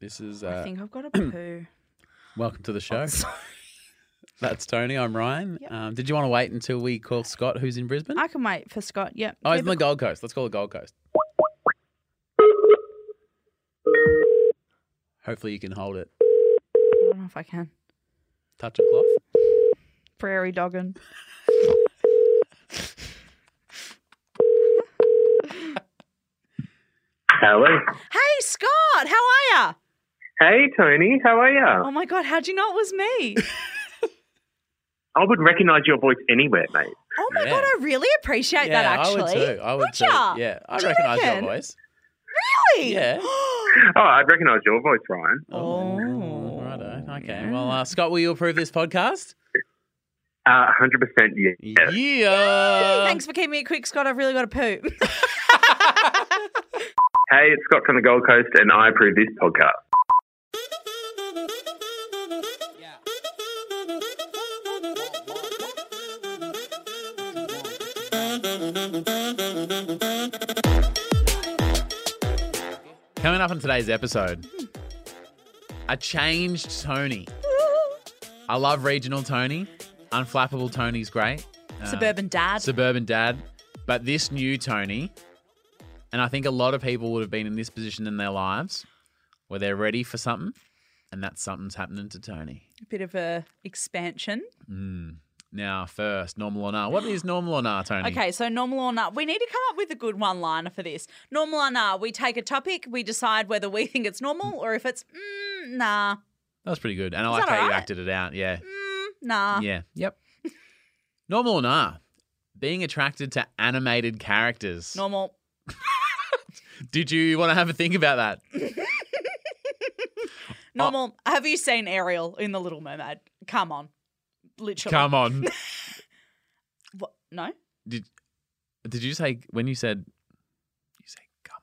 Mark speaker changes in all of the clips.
Speaker 1: This is
Speaker 2: Oh, I
Speaker 1: uh,
Speaker 2: think I've got a poo.
Speaker 1: welcome to the
Speaker 2: Oh,
Speaker 1: show.
Speaker 2: sorry.
Speaker 1: That's Tony. I'm Ryan.
Speaker 2: Yep.
Speaker 1: Um, did you want to wait until we call Scott, who's in Brisbane?
Speaker 2: I can wait for Scott. Yep.
Speaker 1: oh, he's
Speaker 2: Keep
Speaker 1: on the
Speaker 2: it-
Speaker 1: Gold Coast. Let's call it Gold Coast. Hopefully, you can hold it.
Speaker 2: I don't know if I can.
Speaker 1: Touch a cloth.
Speaker 2: Prairie dogging.
Speaker 3: Hello.
Speaker 2: Hey, Scott, how are ya?
Speaker 3: Hey, Tony. How are you?
Speaker 2: Oh my God, how'd you know it was me?
Speaker 3: I would recognise your voice anywhere, mate.
Speaker 2: Oh my
Speaker 1: Yeah.
Speaker 2: God, I really appreciate
Speaker 1: yeah,
Speaker 2: that actually.
Speaker 1: I would too. I would
Speaker 2: Would
Speaker 1: too.
Speaker 2: ya?
Speaker 1: Yeah, I
Speaker 2: Do you
Speaker 1: recognise your
Speaker 2: reckon?
Speaker 1: voice.
Speaker 2: Really?
Speaker 1: Yeah.
Speaker 3: Oh, I'd recognise your voice, Ryan.
Speaker 2: Oh,
Speaker 1: righto. Okay.
Speaker 2: yeah.
Speaker 1: Well, uh, Scott, will you approve this podcast?
Speaker 3: Uh, 100% yes.
Speaker 1: Yeah. Um,
Speaker 2: Thanks for keeping it quick, Scott. I've really got a poo.
Speaker 3: Hey, it's Scott from the Gold Coast, and I approve this podcast.
Speaker 1: Coming up on today's episode, a changed Tony. I love regional Tony. Unflappable Tony's great. Uh,
Speaker 2: Suburban dad.
Speaker 1: Suburban dad. But this new Tony, and I think a lot of people would have been in this position in their lives where they're ready for something, and that something's happening to Tony.
Speaker 2: a bit of a expansion.
Speaker 1: Mm. Now, first, normal or nah? What is normal or nah, Tony?
Speaker 2: Okay, so normal or not, we need to come up with a good one liner for this. Normal or nah, we take a topic, we decide whether we think it's normal or if it's mm, nah,
Speaker 1: That was pretty good. And I
Speaker 2: Is
Speaker 1: like
Speaker 2: that
Speaker 1: how you
Speaker 2: alright?
Speaker 1: acted it out. Yeah.
Speaker 2: mm, nah.
Speaker 1: Yeah. Yep. normal or nah? Being attracted to animated characters.
Speaker 2: Normal.
Speaker 1: Did you want to have a think about that?
Speaker 2: Normal. Have you seen Ariel in The Little Mermaid? Come on. Literally.
Speaker 1: Come on.
Speaker 2: What? No?
Speaker 1: Did you say when you said you say come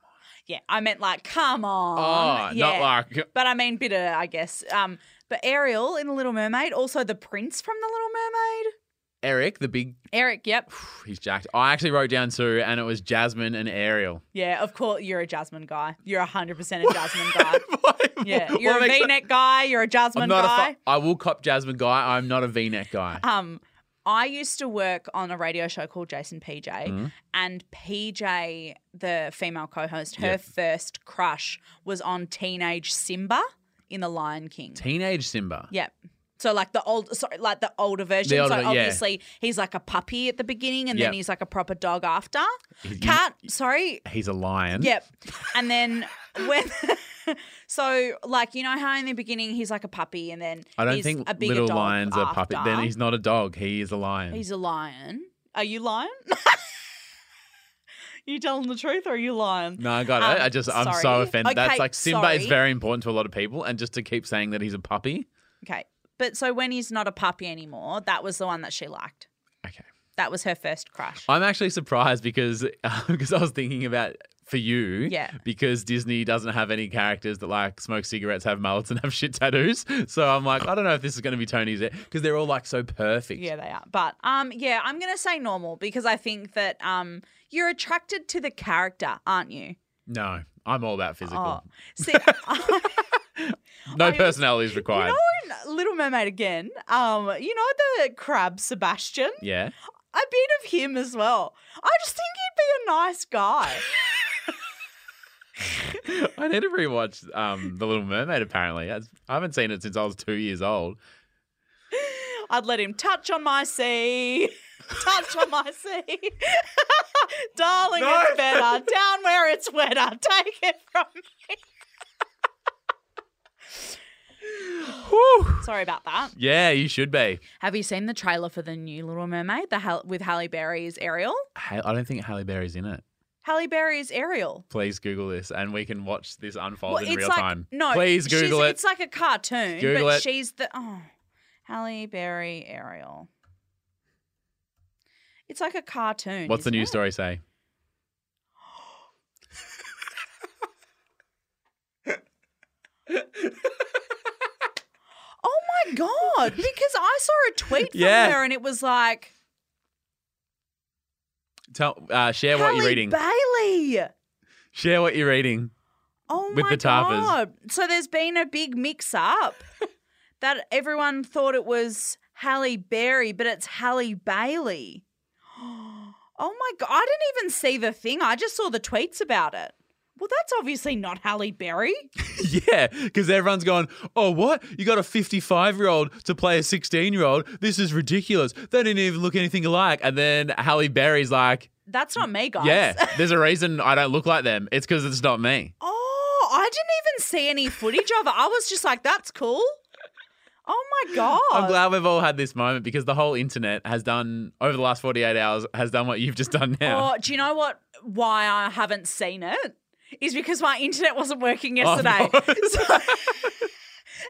Speaker 2: Yeah, I meant like, come on.
Speaker 1: on? Oh,
Speaker 2: yeah.
Speaker 1: not like
Speaker 2: But I mean, bitter, I guess. Um, but Ariel in The Little Mermaid, also the prince from The Little Mermaid.
Speaker 1: Eric, the big
Speaker 2: Eric, yep.
Speaker 1: he's jacked. I actually wrote down two and it was Jasmine and Ariel.
Speaker 2: Yeah, of course, you're a Jasmine guy. You're 100% a Jasmine guy.
Speaker 1: What-
Speaker 2: Yeah,
Speaker 1: what
Speaker 2: you're a
Speaker 1: makes that-
Speaker 2: V-neck guy. You're a Jasmine
Speaker 1: I'm not a
Speaker 2: guy.
Speaker 1: fu- I will cop Jasmine guy. I'm not a V-neck guy.
Speaker 2: um, I used to work on a radio show called Jason PJ,
Speaker 1: Mhm.
Speaker 2: and PJ, the female co-host, her
Speaker 1: Yeah.
Speaker 2: first crush was on teenage Simba in The Lion King.
Speaker 1: Teenage Simba.
Speaker 2: Yep. So like the old, sorry, like the older version.
Speaker 1: older-
Speaker 2: so
Speaker 1: yeah.
Speaker 2: obviously he's like a puppy at the beginning, and
Speaker 1: Yep. Mm-hmm.
Speaker 2: then he's like a proper dog after.
Speaker 1: He-
Speaker 2: Cat, sorry,
Speaker 1: He's a lion.
Speaker 2: Yep. And then when so like you know how in the beginning he's like a puppy and then
Speaker 1: I don't
Speaker 2: he's
Speaker 1: think
Speaker 2: a bigger
Speaker 1: little
Speaker 2: dog
Speaker 1: lions are puppet.
Speaker 2: after.
Speaker 1: Then he's not a dog. He is a lion.
Speaker 2: he's a lion. Are you lying? you telling the truth or are you lying?
Speaker 1: no, I got it.
Speaker 2: Um,
Speaker 1: I just I'm so
Speaker 2: sorry.
Speaker 1: offended. That's
Speaker 2: Okay,
Speaker 1: like Simba is
Speaker 2: sorry.
Speaker 1: very important to a lot of people, and just to keep saying that he's a puppy.
Speaker 2: Okay. But so when he's not a puppy anymore, that was the one that she liked.
Speaker 1: Okay.
Speaker 2: That was her first crush.
Speaker 1: I'm actually surprised because because I was thinking about for you,
Speaker 2: Yeah.
Speaker 1: Because Disney doesn't have any characters that like smoke cigarettes, have mullets, and have shit tattoos. So I'm like, I don't know if this is going to be Tony's because they're all like so perfect.
Speaker 2: Yeah, they are. But um yeah, I'm going to say normal because I think that um you're attracted to the character, aren't you? Oh,
Speaker 1: No, I'm all about physical.
Speaker 2: See,
Speaker 1: no
Speaker 2: I-
Speaker 1: personality is required.
Speaker 2: You know, in Little Mermaid again, um, you know the crab Sebastian?
Speaker 1: yeah.
Speaker 2: A bit of him as well. I just think he'd be a nice guy.
Speaker 1: I need to rewatch um, The Little Mermaid. Apparently, That's- I haven't seen it since I was two years old.
Speaker 2: I'd let him touch on my sea. Touch on my sea. Darling,
Speaker 1: No.
Speaker 2: it's better. Down where it's wetter. Take it from
Speaker 1: Whew.
Speaker 2: me. Sorry about that.
Speaker 1: Yeah, you should be.
Speaker 2: Have you seen the trailer for the new Little Mermaid the Hal- with Halle Berry's Ariel?
Speaker 1: Ha- I don't think Halle Berry's in it.
Speaker 2: Halle Berry's Ariel.
Speaker 1: Please Google this, and we can watch this unfold
Speaker 2: Well,
Speaker 1: in
Speaker 2: it's
Speaker 1: real
Speaker 2: like
Speaker 1: time.
Speaker 2: no.
Speaker 1: please
Speaker 2: she's-
Speaker 1: Google it.
Speaker 2: It's like a cartoon,
Speaker 1: Google
Speaker 2: but
Speaker 1: it.
Speaker 2: she's the oh, Halle Berry Ariel. It's like a cartoon.
Speaker 1: What's the
Speaker 2: isn't
Speaker 1: news
Speaker 2: it?
Speaker 1: story say?
Speaker 2: Oh my god! Because I saw a tweet from
Speaker 1: Yeah.
Speaker 2: her, and it was like
Speaker 1: Tell, uh, share what
Speaker 2: Halle
Speaker 1: you're reading.
Speaker 2: Bailey.
Speaker 1: share what you're reading.
Speaker 2: Oh
Speaker 1: With
Speaker 2: my
Speaker 1: the tarpers.
Speaker 2: god! So there's been a big mix up that everyone thought it was Halle Berry, but it's Halle Bailey. Oh my god! I didn't even see the thing. I just saw the tweets about it. Well, that's obviously not Halle Berry.
Speaker 1: yeah, because everyone's going, oh, what? You got a 55 year old to play a 16 year old? This is ridiculous. They didn't even look anything alike. And then Halle Berry's like,
Speaker 2: That's not me, guys.
Speaker 1: yeah, there's a reason I don't look like them. It's because it's not me.
Speaker 2: Oh, I didn't even see any footage of it. I was just like, that's cool. Oh my god!
Speaker 1: I'm glad we've all had this moment because the whole internet has done, over the last 48 hours, has done what you've just done now.
Speaker 2: Oh, do you know what? Why I haven't seen it is because my internet wasn't working
Speaker 1: Oh, no.
Speaker 2: yesterday.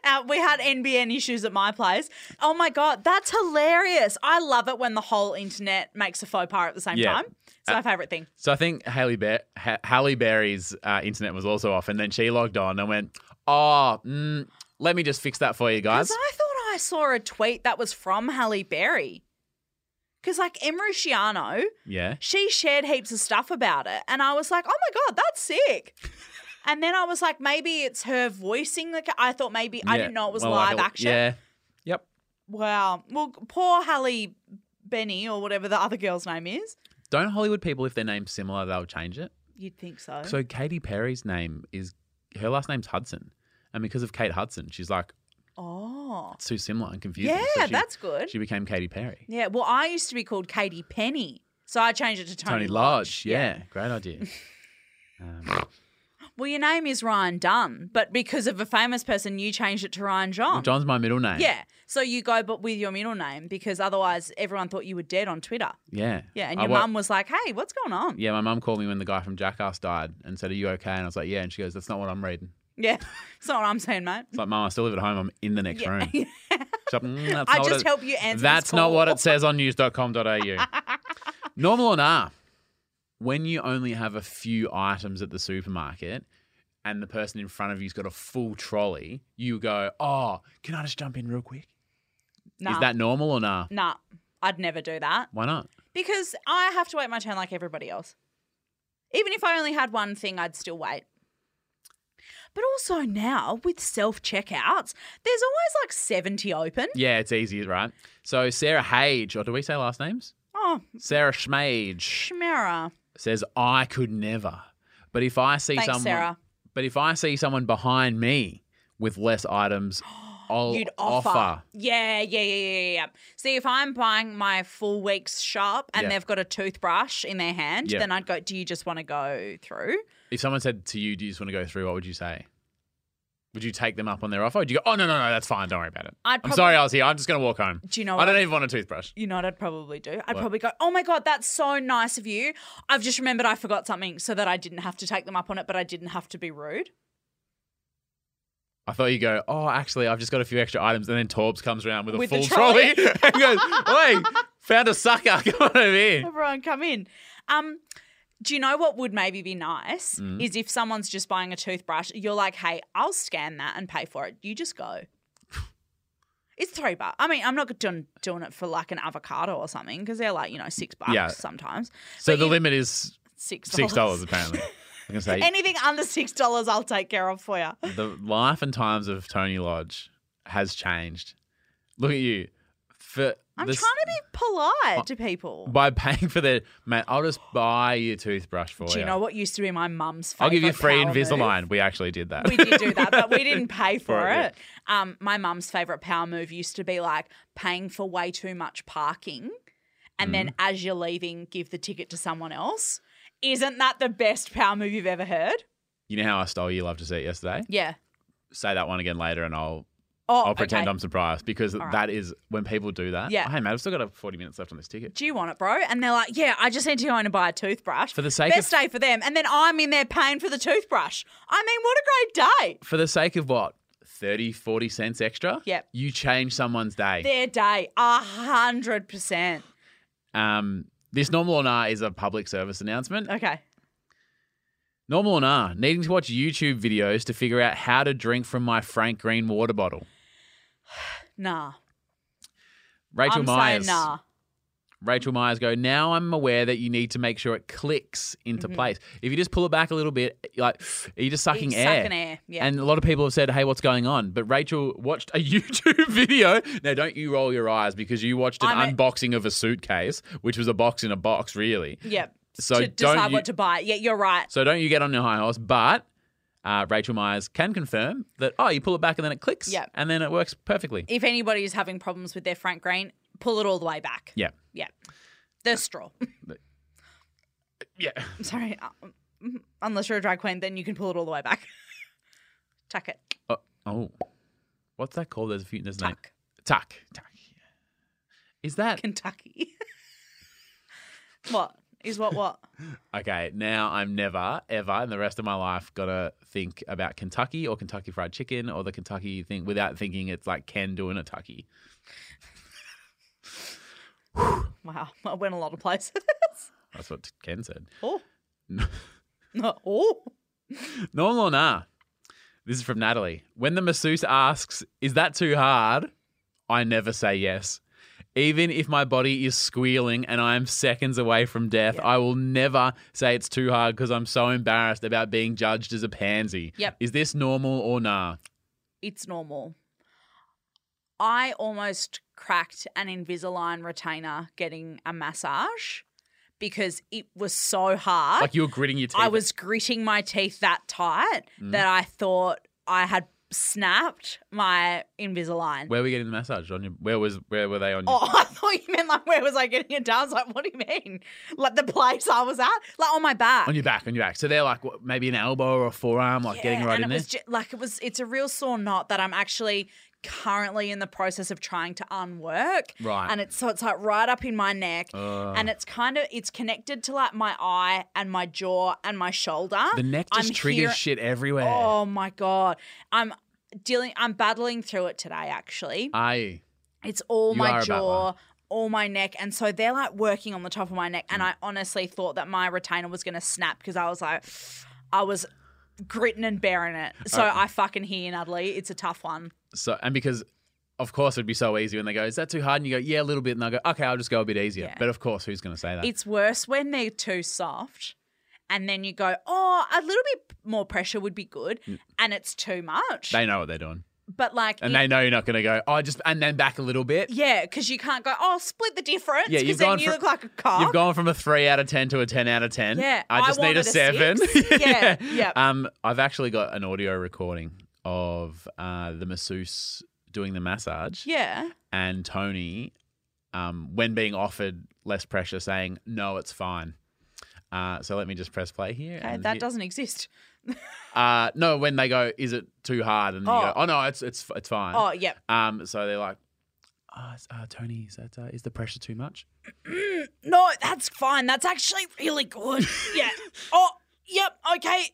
Speaker 2: Uh, we had NBN issues at my place. Oh my god, that's hilarious! I love it when the whole internet makes a faux pas at the same
Speaker 1: Yeah. Uh,
Speaker 2: time. It's my favorite thing.
Speaker 1: So I think Haley Bear, ha- Halle Berry's uh, internet was also off, and then she logged on and went, "Oh, mm, let me just fix that for you guys."
Speaker 2: Because I thought I saw a tweet that was from Halle Berry. Because like Emriciano,
Speaker 1: yeah,
Speaker 2: she shared heaps of stuff about it, and I was like, "Oh my god, that's sick." And then I was like, maybe it's her voicing. Like I thought, maybe I
Speaker 1: Yeah.
Speaker 2: didn't know it was
Speaker 1: Well, like
Speaker 2: live
Speaker 1: a-
Speaker 2: action.
Speaker 1: Yeah, yep.
Speaker 2: Wow. Well, poor Halle Benny or whatever the other girl's name is.
Speaker 1: Don't Hollywood people, if their name's similar, they'll change it.
Speaker 2: You'd think so.
Speaker 1: So Katy Perry's name is her last name's Hudson, and because of Kate Hudson, she's like
Speaker 2: oh.
Speaker 1: it's too similar and confusing.
Speaker 2: Yeah,
Speaker 1: so she,
Speaker 2: that's good.
Speaker 1: she became Katy Perry.
Speaker 2: yeah. Well, I used to be called Katie Penny, so I changed it to Tony,
Speaker 1: Tony Lodge. Yeah, great idea. um,
Speaker 2: Well, your name is Ryan Dunn, but because of a famous person, you changed it to Ryan John.
Speaker 1: well, John's my middle name.
Speaker 2: Yeah. So you go, but with your middle name, because otherwise everyone thought you were dead on Twitter.
Speaker 1: yeah,
Speaker 2: Yeah. And
Speaker 1: I
Speaker 2: your
Speaker 1: wa-
Speaker 2: mum was like, "Hey, what's going on?"
Speaker 1: Yeah, my mum called me when the guy from Jackass died and said, Are you okay? And I was like, Yeah. And she goes, That's not what I'm reading.
Speaker 2: Yeah. It's not what I'm saying, mate.
Speaker 1: It's like, Mum, I still live at home. I'm in the next room. She's like, "Mm, that's
Speaker 2: I
Speaker 1: not what
Speaker 2: just
Speaker 1: it-
Speaker 2: help you answer. this
Speaker 1: That's not
Speaker 2: call."
Speaker 1: what it says on news.com.au. Normal or nah, when you only have a few items at the supermarket and the person in front of you's got a full trolley, you go, Oh, can I just jump in real quick?
Speaker 2: Nah.
Speaker 1: Is that normal or nah?
Speaker 2: Nah. I'd never do that.
Speaker 1: Why not?
Speaker 2: Because I have to wait my turn like everybody else. Even if I only had one thing, I'd still wait. But also now with self checkouts, there's always like 70 open.
Speaker 1: Yeah, it's easy, right? So Sarah Hage, or do we say last names?
Speaker 2: Oh,
Speaker 1: Sarah Schmage.
Speaker 2: Shmera.
Speaker 1: says I could never. But if I see
Speaker 2: Thanks,
Speaker 1: someone
Speaker 2: Sarah.
Speaker 1: but if I see someone behind me with less items, I'll
Speaker 2: You'd offer. Yeah, yeah, yeah, yeah, yeah, yeah. See, if I'm buying my full week's shop and
Speaker 1: Yeah.
Speaker 2: they've got a toothbrush in their hand,
Speaker 1: Yeah.
Speaker 2: then I'd go, do you just want to go through?
Speaker 1: If someone said to you, Do you just want to go through, what would you say? Would you take them up on their offer? Or would you go, Oh no, no, no, that's fine, don't worry about it.
Speaker 2: I'd
Speaker 1: I'm
Speaker 2: prob-
Speaker 1: sorry I was here. I'm just gonna walk home.
Speaker 2: Do you know
Speaker 1: I
Speaker 2: what?
Speaker 1: don't even want a toothbrush.
Speaker 2: You know what I'd probably do? I'd probably go, oh my God, that's so nice of you. I've just remembered I forgot something so that I didn't have to take them up on it, but I didn't have to be rude.
Speaker 1: I thought you go, Oh, actually I've just got a few extra items and then Torbs comes around with a
Speaker 2: With the
Speaker 1: full
Speaker 2: trolley.
Speaker 1: and goes, Oi, found a sucker, come on over here.
Speaker 2: Everyone come in. Um, do you know what would maybe be nice
Speaker 1: Mm.
Speaker 2: is if someone's just buying a toothbrush, you're like, hey, I'll scan that and pay for it. You just go. It's three bucks. I mean, I'm not doing, doing it for like an avocado or something because they're like, you know, six bucks
Speaker 1: Yeah.
Speaker 2: sometimes.
Speaker 1: So
Speaker 2: But
Speaker 1: the
Speaker 2: you-
Speaker 1: limit is
Speaker 2: Six
Speaker 1: six dollars apparently. I'm gonna say
Speaker 2: Anything under six dollars, I'll take care of for you.
Speaker 1: the life and times of Tony Lodge has changed. Look at you. For
Speaker 2: I'm
Speaker 1: this-
Speaker 2: trying to be polite to people.
Speaker 1: by paying for the mate, I'll just buy you a toothbrush for
Speaker 2: Do you know what used to be my mum's favorite?
Speaker 1: I'll give you free
Speaker 2: power
Speaker 1: Invisalign. We actually did that.
Speaker 2: Move? We did do that, but we didn't pay for,
Speaker 1: For it,
Speaker 2: it.
Speaker 1: yeah.
Speaker 2: Um, my mum's favorite power move used to be like paying for way too much parking, and then
Speaker 1: Mm-hmm.
Speaker 2: as you're leaving, give the ticket to someone else. Isn't that the best power move you've ever heard?
Speaker 1: you know how I stole you love to see it yesterday?
Speaker 2: Yeah.
Speaker 1: Say that one again later and I'll
Speaker 2: Oh,
Speaker 1: I'll pretend
Speaker 2: okay.
Speaker 1: I'm surprised because
Speaker 2: right.
Speaker 1: that is when people do that.
Speaker 2: Yeah.
Speaker 1: "Oh, Hey mate, I've still got uh, forty minutes left on this ticket.
Speaker 2: Do you want it, bro? And they're like, Yeah, I just need to go in and buy a toothbrush.
Speaker 1: For the sake
Speaker 2: best
Speaker 1: of
Speaker 2: day for them, and then I'm in there paying for the toothbrush. I mean, what a great day!
Speaker 1: for the sake of what? 30, 40 cents extra?
Speaker 2: Yep.
Speaker 1: You change someone's day.
Speaker 2: Their day, a hundred percent.
Speaker 1: Um, this normal or nah is a public service announcement.
Speaker 2: Okay.
Speaker 1: Normal or nah, needing to watch YouTube videos to figure out how to drink from my Frank Green water bottle.
Speaker 2: Nah.
Speaker 1: Rachel
Speaker 2: I'm
Speaker 1: Myers.
Speaker 2: saying nah.
Speaker 1: Rachel Myers go, now I'm aware that you need to make sure it clicks into
Speaker 2: Mm-hmm.
Speaker 1: place. If you just pull it back a little bit, you're like you're just sucking
Speaker 2: It's
Speaker 1: air.
Speaker 2: sucking air, yeah.
Speaker 1: And a lot of people have said, hey, what's going on? But Rachel watched a YouTube video. Now, don't you roll your eyes because you watched an
Speaker 2: I'm a-
Speaker 1: unboxing of a suitcase, which was a box in a box, really.
Speaker 2: Yep.
Speaker 1: So
Speaker 2: to
Speaker 1: don't
Speaker 2: decide
Speaker 1: you-
Speaker 2: what to buy. Yeah, you're right.
Speaker 1: So don't you get on your high horse, but uh, Rachel Myers can confirm that, oh, you pull it back and then it clicks.
Speaker 2: Yep.
Speaker 1: And then it works perfectly.
Speaker 2: If anybody is having problems with their Frank Green, pull it all the way back.
Speaker 1: Yeah.
Speaker 2: Yeah. The straw.
Speaker 1: Yeah.
Speaker 2: I'm sorry. Uh, mm, Unless you're a drag queen, then you can pull it all the way back. Tuck it.
Speaker 1: Oh, oh. what's that called? There's a few, there's a name.
Speaker 2: Tuck.
Speaker 1: Tuck. Tuck. Is that
Speaker 2: Kentucky. what? Is what what?
Speaker 1: okay? Now I'm never, ever in the rest of my life gonna think about Kentucky or Kentucky Fried Chicken or the Kentucky thing without thinking it's like Ken doing a tucky.
Speaker 2: Wow. I went a lot of places.
Speaker 1: That's what Ken said.
Speaker 2: oh. No. Oh.
Speaker 1: Normal or nah? This is from Natalie. When the masseuse asks, "Is that too hard?" I never say yes. Even if my body is squealing and I am seconds away from death, I will never say it's too hard because I'm so embarrassed about being judged as a pansy.
Speaker 2: Yep.
Speaker 1: Is this normal or nah?
Speaker 2: It's normal. I almost cracked an Invisalign retainer getting a massage because it was so hard.
Speaker 1: Like you were gritting your teeth.
Speaker 2: I was gritting my teeth that tight
Speaker 1: Mm.
Speaker 2: that I thought I had snapped my Invisalign.
Speaker 1: Where were we getting the massage on? Your, where was? Where were they on? Your,
Speaker 2: Oh, I thought you meant like where was I getting it done? I was like, what do you mean? Like the place I was at, like on my back.
Speaker 1: on your back. On your back. So they're like what, maybe an elbow or a forearm, like getting
Speaker 2: Yeah,
Speaker 1: right
Speaker 2: and
Speaker 1: in
Speaker 2: it
Speaker 1: there.
Speaker 2: was ju- like it was. It's a real sore knot that I'm actually currently in the process of trying to unwork.
Speaker 1: Right.
Speaker 2: And it's so it's like right up in my neck,
Speaker 1: Ugh.
Speaker 2: and it's kind of it's connected to like my eye and my jaw and my shoulder.
Speaker 1: the neck just
Speaker 2: I'm
Speaker 1: triggers
Speaker 2: hear-
Speaker 1: shit everywhere.
Speaker 2: Oh my god, I'm dealing. I'm battling through it today. Actually,
Speaker 1: Aye.
Speaker 2: it's all
Speaker 1: Uh, You
Speaker 2: my
Speaker 1: are a
Speaker 2: jaw, all my neck, and so they're like working on the top of my neck. And I honestly thought that my retainer was going to snap because I was like, I was gritting and bearing it. So
Speaker 1: Uh,
Speaker 2: I fucking hear you, Natalie. It's a tough one.
Speaker 1: So and because of course it'd be so easy when they go, is that too hard? And you go, yeah, a little bit. And they go, okay, I'll just go a bit easier.
Speaker 2: Yeah.
Speaker 1: But of course, who's going to say that?
Speaker 2: It's worse when they're too soft. And then you go, oh, a little bit more pressure would be good, and it's too much.
Speaker 1: Mm. they know what they're doing,
Speaker 2: but like,
Speaker 1: and
Speaker 2: it-
Speaker 1: they know you're not going to go. Oh, just and then back a little bit.
Speaker 2: yeah, because you can't go, oh, split the difference,
Speaker 1: Yeah,
Speaker 2: because
Speaker 1: you've gone
Speaker 2: then you
Speaker 1: for-
Speaker 2: look like a cop.
Speaker 1: You've gone from a three out of ten to a ten out of ten.
Speaker 2: Yeah,
Speaker 1: I
Speaker 2: I
Speaker 1: just need
Speaker 2: wanted
Speaker 1: a
Speaker 2: a
Speaker 1: seven.
Speaker 2: six. Yeah, yeah.
Speaker 1: Um, I've actually got an audio recording of uh, the masseuse doing the massage
Speaker 2: yeah.
Speaker 1: and Tony, um, when being offered less pressure, saying no, it's fine. Uh, so let me just press play here.
Speaker 2: Okay,
Speaker 1: and
Speaker 2: that
Speaker 1: he-
Speaker 2: doesn't exist.
Speaker 1: Uh, no, when they go, is it too hard? And then you
Speaker 2: Oh.
Speaker 1: go, oh no, it's it's it's fine.
Speaker 2: Oh, yep.
Speaker 1: Um, so they're like, oh, it's- uh, Tony, is that uh, is the pressure too much?
Speaker 2: No, that's fine. That's actually really good. Yeah. Oh, yep. Okay.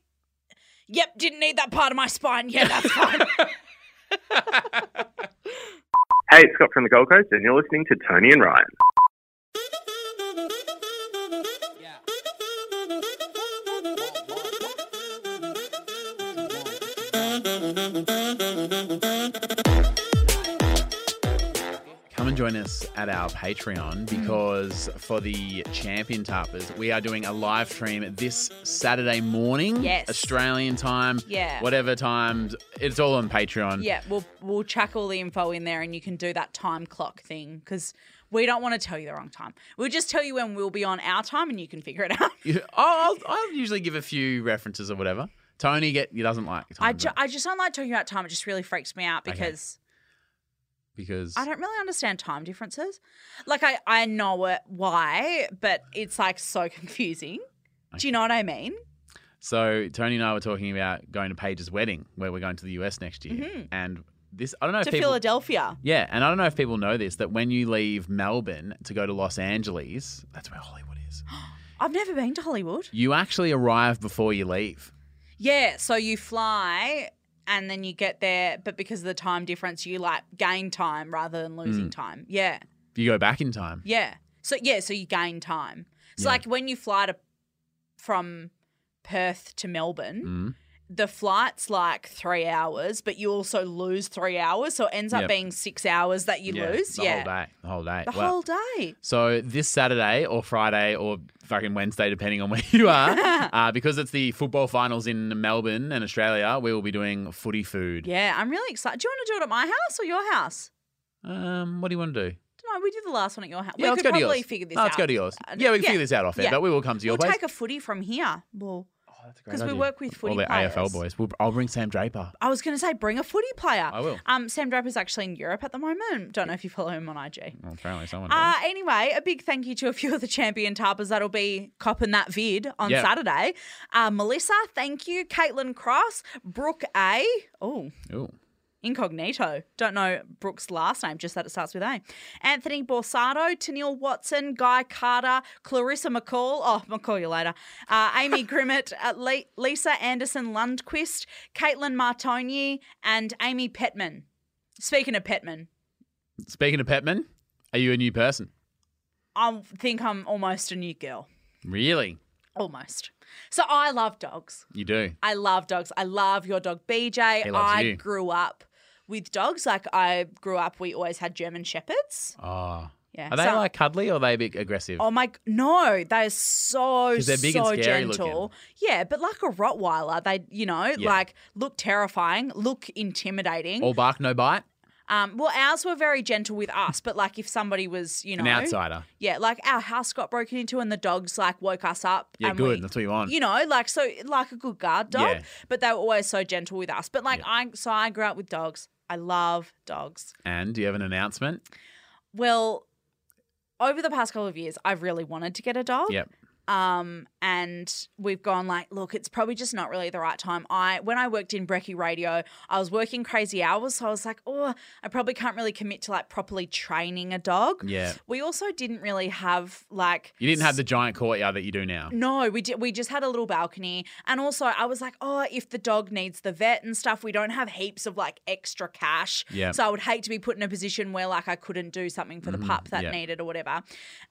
Speaker 2: Yep. Didn't need that part of my spine. Yeah, that's fine.
Speaker 3: Hey, it's Scott from the Gold Coast, and you're listening to Tony and Ryan.
Speaker 1: Come and join us at our Patreon
Speaker 2: Mm.
Speaker 1: because for the Champion Tappers, we are doing a live stream this Saturday morning,
Speaker 2: Yes.
Speaker 1: Australian time,
Speaker 2: Yeah.
Speaker 1: whatever times. It's all on Patreon.
Speaker 2: yeah, we'll we'll chuck all the info in there, and you can do that time clock thing because we don't want to tell you the wrong time. We'll just tell you when we'll be on our time, and you can figure it out.
Speaker 1: You- Oh, I'll, I'll usually give a few references or whatever. Tony get he doesn't like time
Speaker 2: I, ju-
Speaker 1: but-
Speaker 2: I just don't like talking about time. It just really freaks me out
Speaker 1: Okay.
Speaker 2: because
Speaker 1: because
Speaker 2: I don't really understand time differences. Like I I know it why, but it's like so confusing. Do you know what I mean?
Speaker 1: So Tony and I were talking about going to Paige's wedding, where we're going to the US next year, and this I don't know
Speaker 2: Mm-hmm. To
Speaker 1: if people.
Speaker 2: Philadelphia.
Speaker 1: yeah, and I don't know if people know this that when you leave Melbourne to go to Los Angeles, that's where Hollywood is.
Speaker 2: I've never been to Hollywood.
Speaker 1: You actually arrive before you leave.
Speaker 2: Yeah, so you fly and then you get there, but because of the time difference, you like gain time rather than losing
Speaker 1: Hmm.
Speaker 2: time. Yeah,
Speaker 1: You go back in time.
Speaker 2: yeah. So yeah, so you gain time. So
Speaker 1: Yeah.
Speaker 2: like when you fly to from Perth to
Speaker 1: Mm.
Speaker 2: Melbourne, the flight's like three hours, but you also lose three hours, so it ends up
Speaker 1: Yep.
Speaker 2: being six hours that you lose.
Speaker 1: the
Speaker 2: yeah,
Speaker 1: whole day, the whole day.
Speaker 2: the
Speaker 1: Wow.
Speaker 2: whole day.
Speaker 1: So this Saturday or Friday or fucking Wednesday, depending on where you are, uh, because it's the football finals in Melbourne and Australia, we will be doing footy food.
Speaker 2: Yeah, I'm really excited. Do you want to do it at my house or your house?
Speaker 1: Um, what do you want to do?
Speaker 2: No, we did the last one at your house.
Speaker 1: Yeah,
Speaker 2: we
Speaker 1: let's
Speaker 2: could
Speaker 1: go to
Speaker 2: probably
Speaker 1: yours.
Speaker 2: figure this
Speaker 1: No,
Speaker 2: out.
Speaker 1: Let's go to yours.
Speaker 2: Uh,
Speaker 1: Yeah, we can
Speaker 2: yeah.
Speaker 1: figure this out off air,
Speaker 2: Yeah.
Speaker 1: but we will come to your
Speaker 2: We'll
Speaker 1: place.
Speaker 2: take a footy from here. Well,
Speaker 1: Oh,
Speaker 2: because we
Speaker 1: idea.
Speaker 2: work with footy
Speaker 1: All the
Speaker 2: players.
Speaker 1: AFL boys. We'll, I'll bring Sam Draper.
Speaker 2: I was going to say, bring a footy player.
Speaker 1: I will.
Speaker 2: Um, Sam Draper's actually in Europe at the moment. Don't know if you follow him on IG.
Speaker 1: Well, apparently someone
Speaker 2: Uh,
Speaker 1: does.
Speaker 2: anyway, a big thank you to a few of the champion tarpers that'll be copping that vid on
Speaker 1: Yeah.
Speaker 2: Saturday. Uh, Melissa, thank you. Caitlin Cross, Brooke A. Oh,
Speaker 1: Ooh.
Speaker 2: incognito. Don't know Brooke's last name, just that it starts with A. Anthony Borsado, Tennille Watson, Guy Carter, Clarissa McCall. Oh, I'll call you later. Uh, Amy Grimmett, uh, Le- Lisa Anderson Lundquist, Caitlin Martoni, and Amy Petman. Speaking of Petman,
Speaker 1: Speaking of Petman, are you a new person?
Speaker 2: I think I'm almost a new girl.
Speaker 1: Really?
Speaker 2: Almost. So I love dogs.
Speaker 1: You do.
Speaker 2: I love dogs. I love your dog BJ.
Speaker 1: He loves
Speaker 2: I
Speaker 1: you.
Speaker 2: grew up with dogs. Like I grew up, we always had German shepherds.
Speaker 1: Oh.
Speaker 2: Yeah.
Speaker 1: Are they
Speaker 2: So-
Speaker 1: like cuddly or are they a bit aggressive?
Speaker 2: Oh my no, they're so
Speaker 1: 'Cause they're big and
Speaker 2: so
Speaker 1: scary
Speaker 2: gentle.
Speaker 1: looking.
Speaker 2: Yeah, but like a Rottweiler, they you know
Speaker 1: Yeah. Oh.
Speaker 2: like look terrifying, look intimidating.
Speaker 1: All bark, no bite?
Speaker 2: um, well, ours were very gentle with us, but like if somebody was you know
Speaker 1: An outsider.
Speaker 2: yeah, like our house got broken into and the dogs like woke us up.
Speaker 1: Yeah,
Speaker 2: and
Speaker 1: good.
Speaker 2: we-
Speaker 1: That's what you want.
Speaker 2: you know, like so, like a good guard dog.
Speaker 1: Yeah.
Speaker 2: But they were always so gentle with us. But like
Speaker 1: Yeah.
Speaker 2: I, so I grew up with dogs. I love dogs.
Speaker 1: and do you have an announcement?
Speaker 2: Well, over the past couple of years, I've really wanted to get a dog.
Speaker 1: Yep.
Speaker 2: Um, and we've gone like, look, it's probably just not really the right time. I when I worked in Brecky Radio, I was working crazy hours, so I was like, oh, I probably can't really commit to like properly training a dog.
Speaker 1: Yeah.
Speaker 2: We also didn't really have like
Speaker 1: You didn't have the giant courtyard that you do now.
Speaker 2: No, we did, we just had a little balcony, and also I was like, oh, if the dog needs the vet and stuff, we don't have heaps of like extra cash.
Speaker 1: Yeah.
Speaker 2: So I would hate to be put in a position where like I couldn't do something for the
Speaker 1: Mhm,
Speaker 2: pup that
Speaker 1: yeah.
Speaker 2: needed or whatever.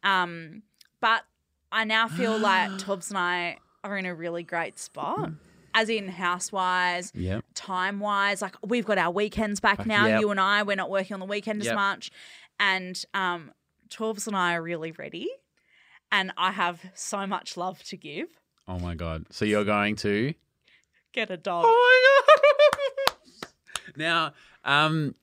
Speaker 2: Um, but I now feel like Tobbs and I are in a really great spot, as in house wise,
Speaker 1: Yeah.
Speaker 2: time wise. Like we've got our weekends back
Speaker 1: Back-
Speaker 2: now.
Speaker 1: yep.
Speaker 2: You and I, we're not working on the weekend as
Speaker 1: Yep.
Speaker 2: much, and um, Torbs and I are really ready. And I have so much love to give.
Speaker 1: Oh my god. So you're going to
Speaker 2: Get a dog.
Speaker 1: Oh my god. now, um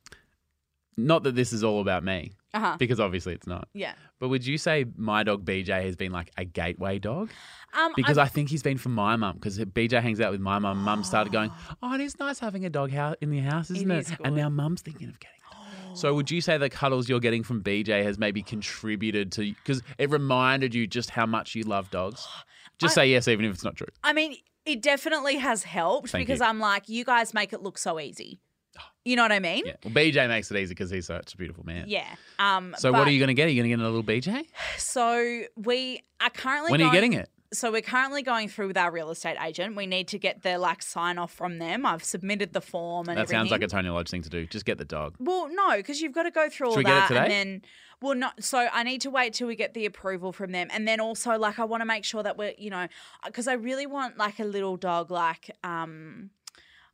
Speaker 1: not that this is all about me
Speaker 2: Uh huh.
Speaker 1: because obviously it's not.
Speaker 2: Yeah.
Speaker 1: But would you say my dog BJ has been like a gateway dog?
Speaker 2: Um,
Speaker 1: Because
Speaker 2: I,
Speaker 1: I, think he's been from my mum. Because BJ hangs out with my mum. Mum started going, "Oh, it is nice having a dog house in the house, isn't
Speaker 2: It
Speaker 1: it?"
Speaker 2: is good.
Speaker 1: and now mum's thinking of getting. a dog. So would you say the cuddles you're getting from BJ has maybe contributed to? Because it reminded you just how much you love dogs. Just say yes, even if it's not true.
Speaker 2: I mean, it definitely has helped
Speaker 1: Thank
Speaker 2: because
Speaker 1: you. Ah.
Speaker 2: I'm like, you guys make it look so easy. You know what I mean?
Speaker 1: Yeah. Well, BJ makes it easy because he's such a beautiful man.
Speaker 2: Yeah. Um.
Speaker 1: So
Speaker 2: but-
Speaker 1: what are you going to get? Are you going to get a little BJ?
Speaker 2: So we are currently.
Speaker 1: When are
Speaker 2: going,
Speaker 1: you getting it?
Speaker 2: so we're currently going through with our real estate agent. We need to get the like sign off from them. I've submitted the form and
Speaker 1: That
Speaker 2: everything.
Speaker 1: sounds like a Tony Lodge thing to do. Just get the dog.
Speaker 2: well, no, because you've got to go through all
Speaker 1: Should we get it
Speaker 2: that and
Speaker 1: today?
Speaker 2: then well not so I need to wait till we get the approval from them. And then also like I want to make sure that we're, you know, because I really want like a little dog like um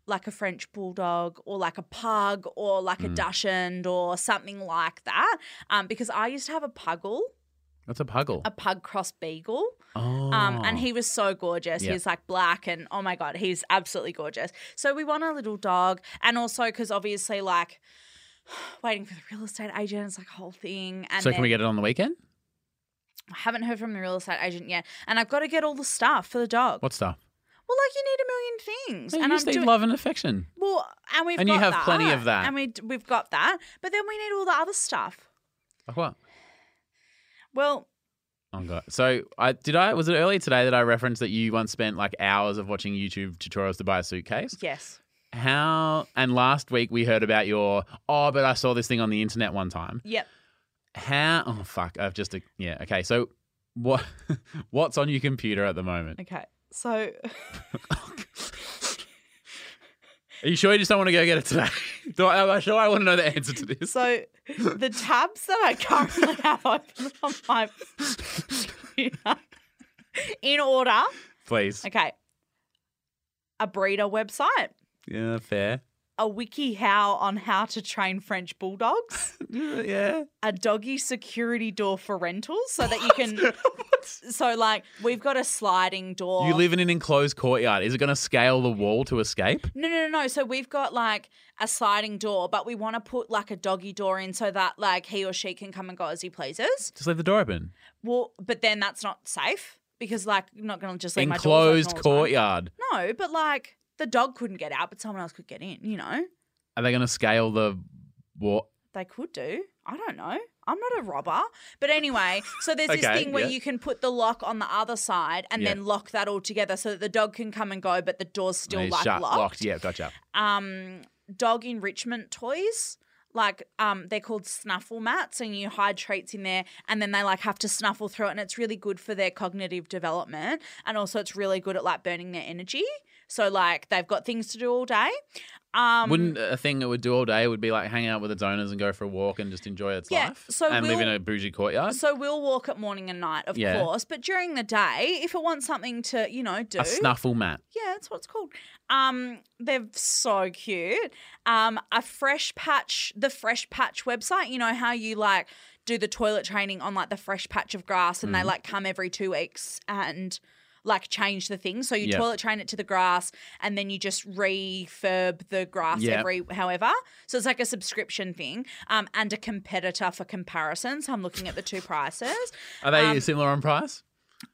Speaker 2: like a French bulldog or like a pug or like a
Speaker 1: Mm.
Speaker 2: dachshund or something like that. Um, because I used to have a puggle,
Speaker 1: That's a puggle.
Speaker 2: a pug cross beagle.
Speaker 1: oh.
Speaker 2: Um, and he was so gorgeous.
Speaker 1: Yeah.
Speaker 2: He was like black, and oh my god, he's absolutely gorgeous. So we want a little dog, and also because obviously, like waiting for the real estate agent is like a whole thing. And
Speaker 1: So can
Speaker 2: then
Speaker 1: we get it on the weekend?
Speaker 2: I haven't heard from the real estate agent yet, and I've got to get all the stuff for the dog.
Speaker 1: What stuff?
Speaker 2: Well, like you need a million things,
Speaker 1: Hey,
Speaker 2: and
Speaker 1: you
Speaker 2: I'm
Speaker 1: just need
Speaker 2: doing.
Speaker 1: love and affection.
Speaker 2: well, and we've
Speaker 1: And
Speaker 2: got
Speaker 1: you have plenty of that.
Speaker 2: and we d- we've got that, but then we need all the other stuff.
Speaker 1: Like what?
Speaker 2: Well,
Speaker 1: Oh god. So I did I was it earlier today that I referenced that you once spent like hours of watching YouTube tutorials to buy a suitcase?
Speaker 2: yes,
Speaker 1: How and last week we heard about your oh but I saw this thing on the internet one time.
Speaker 2: yep.
Speaker 1: How oh fuck, I've just yeah, okay. So what what's on your computer at the moment?
Speaker 2: Okay, so
Speaker 1: Are you sure you just don't want to go get it today? Do I, am I sure I want to know the answer to this?
Speaker 2: So the tabs that I currently have open on my computer in order.
Speaker 1: Please.
Speaker 2: Okay. a breeder website,
Speaker 1: Yeah, fair.
Speaker 2: a wiki how on how to train French bulldogs,
Speaker 1: Yeah.
Speaker 2: a doggy security door for rentals so that you can. so, like, we've got a sliding door.
Speaker 1: You live in an enclosed courtyard. Is it going to scale the wall to escape?
Speaker 2: No, no, no, no. So we've got like a sliding door, but we want to put like a doggy door in so that like he or she can come and go as he pleases.
Speaker 1: Just leave the door open.
Speaker 2: Well, but then that's not safe because like you're not going to just leave
Speaker 1: enclosed
Speaker 2: my doors open all the time.
Speaker 1: courtyard.
Speaker 2: No, but like the dog couldn't get out, but someone else could get in. You know,
Speaker 1: Are they going to scale the wall?
Speaker 2: they could do. I don't know. I'm not a robber. But anyway, so there's this
Speaker 1: Okay,
Speaker 2: thing where
Speaker 1: yeah.
Speaker 2: you can put the lock on the other side and
Speaker 1: Yeah.
Speaker 2: then lock that all together so that the dog can come and go, but the door's still
Speaker 1: It's
Speaker 2: like
Speaker 1: shut,
Speaker 2: locked.
Speaker 1: Yeah, gotcha.
Speaker 2: um, dog enrichment toys. Like um, they're called snuffle mats, and you hide treats in there, and then they like have to snuffle through it, and it's really good for their cognitive development, and also it's really good at like burning their energy. So like they've got things to do all day. Um,
Speaker 1: Wouldn't uh, a thing it would do all day would be like hang out with its owners and go for a walk and just enjoy its
Speaker 2: Yeah,
Speaker 1: life
Speaker 2: so
Speaker 1: and live in
Speaker 2: we'll-
Speaker 1: a bougie courtyard?
Speaker 2: so we'll walk at morning and night, of
Speaker 1: Yeah.
Speaker 2: course, but during the day, if it wants something to you know do,
Speaker 1: A snuffle mat.
Speaker 2: Yeah, that's what it's called. Um, they're so cute. Um, a fresh patch, the fresh patch website. You know how you like do the toilet training on like the fresh patch of grass,
Speaker 1: Mm-hmm.
Speaker 2: and they like come every two weeks and like change the thing. So you
Speaker 1: Yeah.
Speaker 2: toilet train it to the grass, and then you just refurb the grass
Speaker 1: Yeah.
Speaker 2: every however. So it's like a subscription thing, um, and a competitor for comparison. So I'm looking at the two prices.
Speaker 1: Are they
Speaker 2: Um,
Speaker 1: similar on price?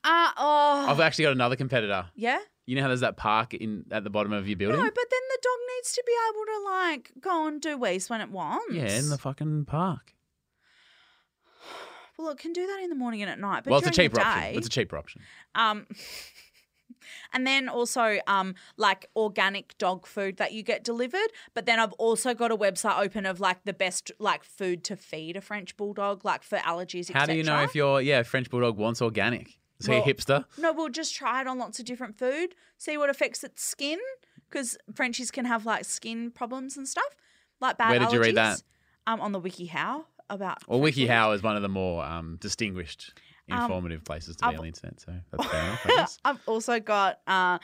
Speaker 2: Uh, oh,
Speaker 1: I've actually got another competitor.
Speaker 2: yeah.
Speaker 1: You know how there's that park in at the bottom of your building?
Speaker 2: No, but then the dog needs to be able to like go and do waste when it wants.
Speaker 1: yeah, in the fucking park.
Speaker 2: well, it can do that in the morning and at night. But
Speaker 1: well, it's a
Speaker 2: during
Speaker 1: cheaper
Speaker 2: the
Speaker 1: option.
Speaker 2: day-
Speaker 1: It's a cheaper option.
Speaker 2: um, and then also um, like organic dog food that you get delivered. But then I've also got a website open of like the best like food to feed a French bulldog, like for allergies.
Speaker 1: How do you know
Speaker 2: etc..
Speaker 1: if your yeah French bulldog wants organic? Is
Speaker 2: Well-
Speaker 1: he a hipster?
Speaker 2: No, we'll just try it on lots of different food, see what affects its skin, because Frenchies can have like skin problems and stuff, like bad.
Speaker 1: Where did you read that?
Speaker 2: allergies. Um, on the WikiHow about.
Speaker 1: Well,
Speaker 2: French bulldogs.
Speaker 1: WikiHow is one of the more um, distinguished,
Speaker 2: Um,
Speaker 1: informative places to be
Speaker 2: I've-
Speaker 1: on the internet. So that's fair enough. I guess.
Speaker 2: I've also got uh,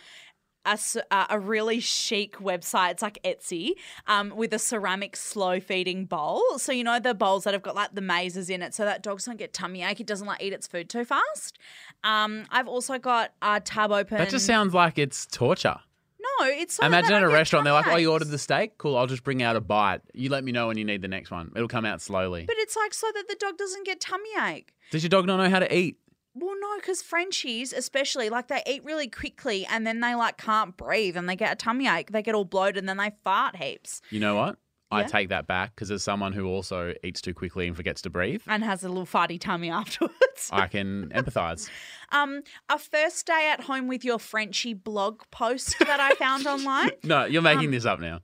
Speaker 2: a, s- uh, a really chic website. It's like Etsy um, with a ceramic slow feeding bowl. So, you know, the bowls that have got like the mazes in it so that dogs don't get tummy ache. It doesn't like eat its food too fast. Um, I've also got a tab open.
Speaker 1: That just sounds like it's torture.
Speaker 2: No, it's so that
Speaker 1: Imagine
Speaker 2: I
Speaker 1: at a
Speaker 2: get
Speaker 1: restaurant, they're like,
Speaker 2: tummy
Speaker 1: "Oh, you
Speaker 2: aches."
Speaker 1: ordered the steak. Cool. I'll just bring out a bite. You let me know when you need the next one. It'll come out slowly."
Speaker 2: But it's like so that the dog doesn't get tummy ache.
Speaker 1: Does your dog not know how to eat?
Speaker 2: Well, no, because Frenchies, especially, like they eat really quickly and then they like can't breathe and they get a tummy ache. They get all bloated and then they fart heaps.
Speaker 1: You know what? I
Speaker 2: Yeah.
Speaker 1: take that back because as someone who also eats too quickly and forgets to breathe,
Speaker 2: and has a little farty tummy afterwards.
Speaker 1: I can empathise.
Speaker 2: Um, a first day at home with your Frenchie blog post that I found online.
Speaker 1: No, you're making
Speaker 2: Um,
Speaker 1: this up now.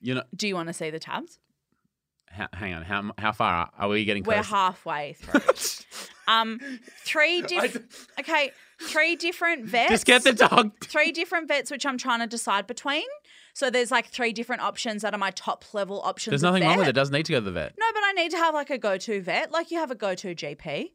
Speaker 1: You know,
Speaker 2: Do you want to see the tabs?
Speaker 1: ha- hang on. How how far are we getting?
Speaker 2: We're
Speaker 1: Close?
Speaker 2: halfway through. um, three different. Okay, three different vets.
Speaker 1: Just get the dog.
Speaker 2: three different vets, which I'm trying to decide between. So there's like three different options that are my top level options.
Speaker 1: There's
Speaker 2: of
Speaker 1: nothing wrong with it.
Speaker 2: vet.
Speaker 1: It doesn't need to go to the vet.
Speaker 2: No, but I need to have like a go-to vet. Like you have a go-to GP.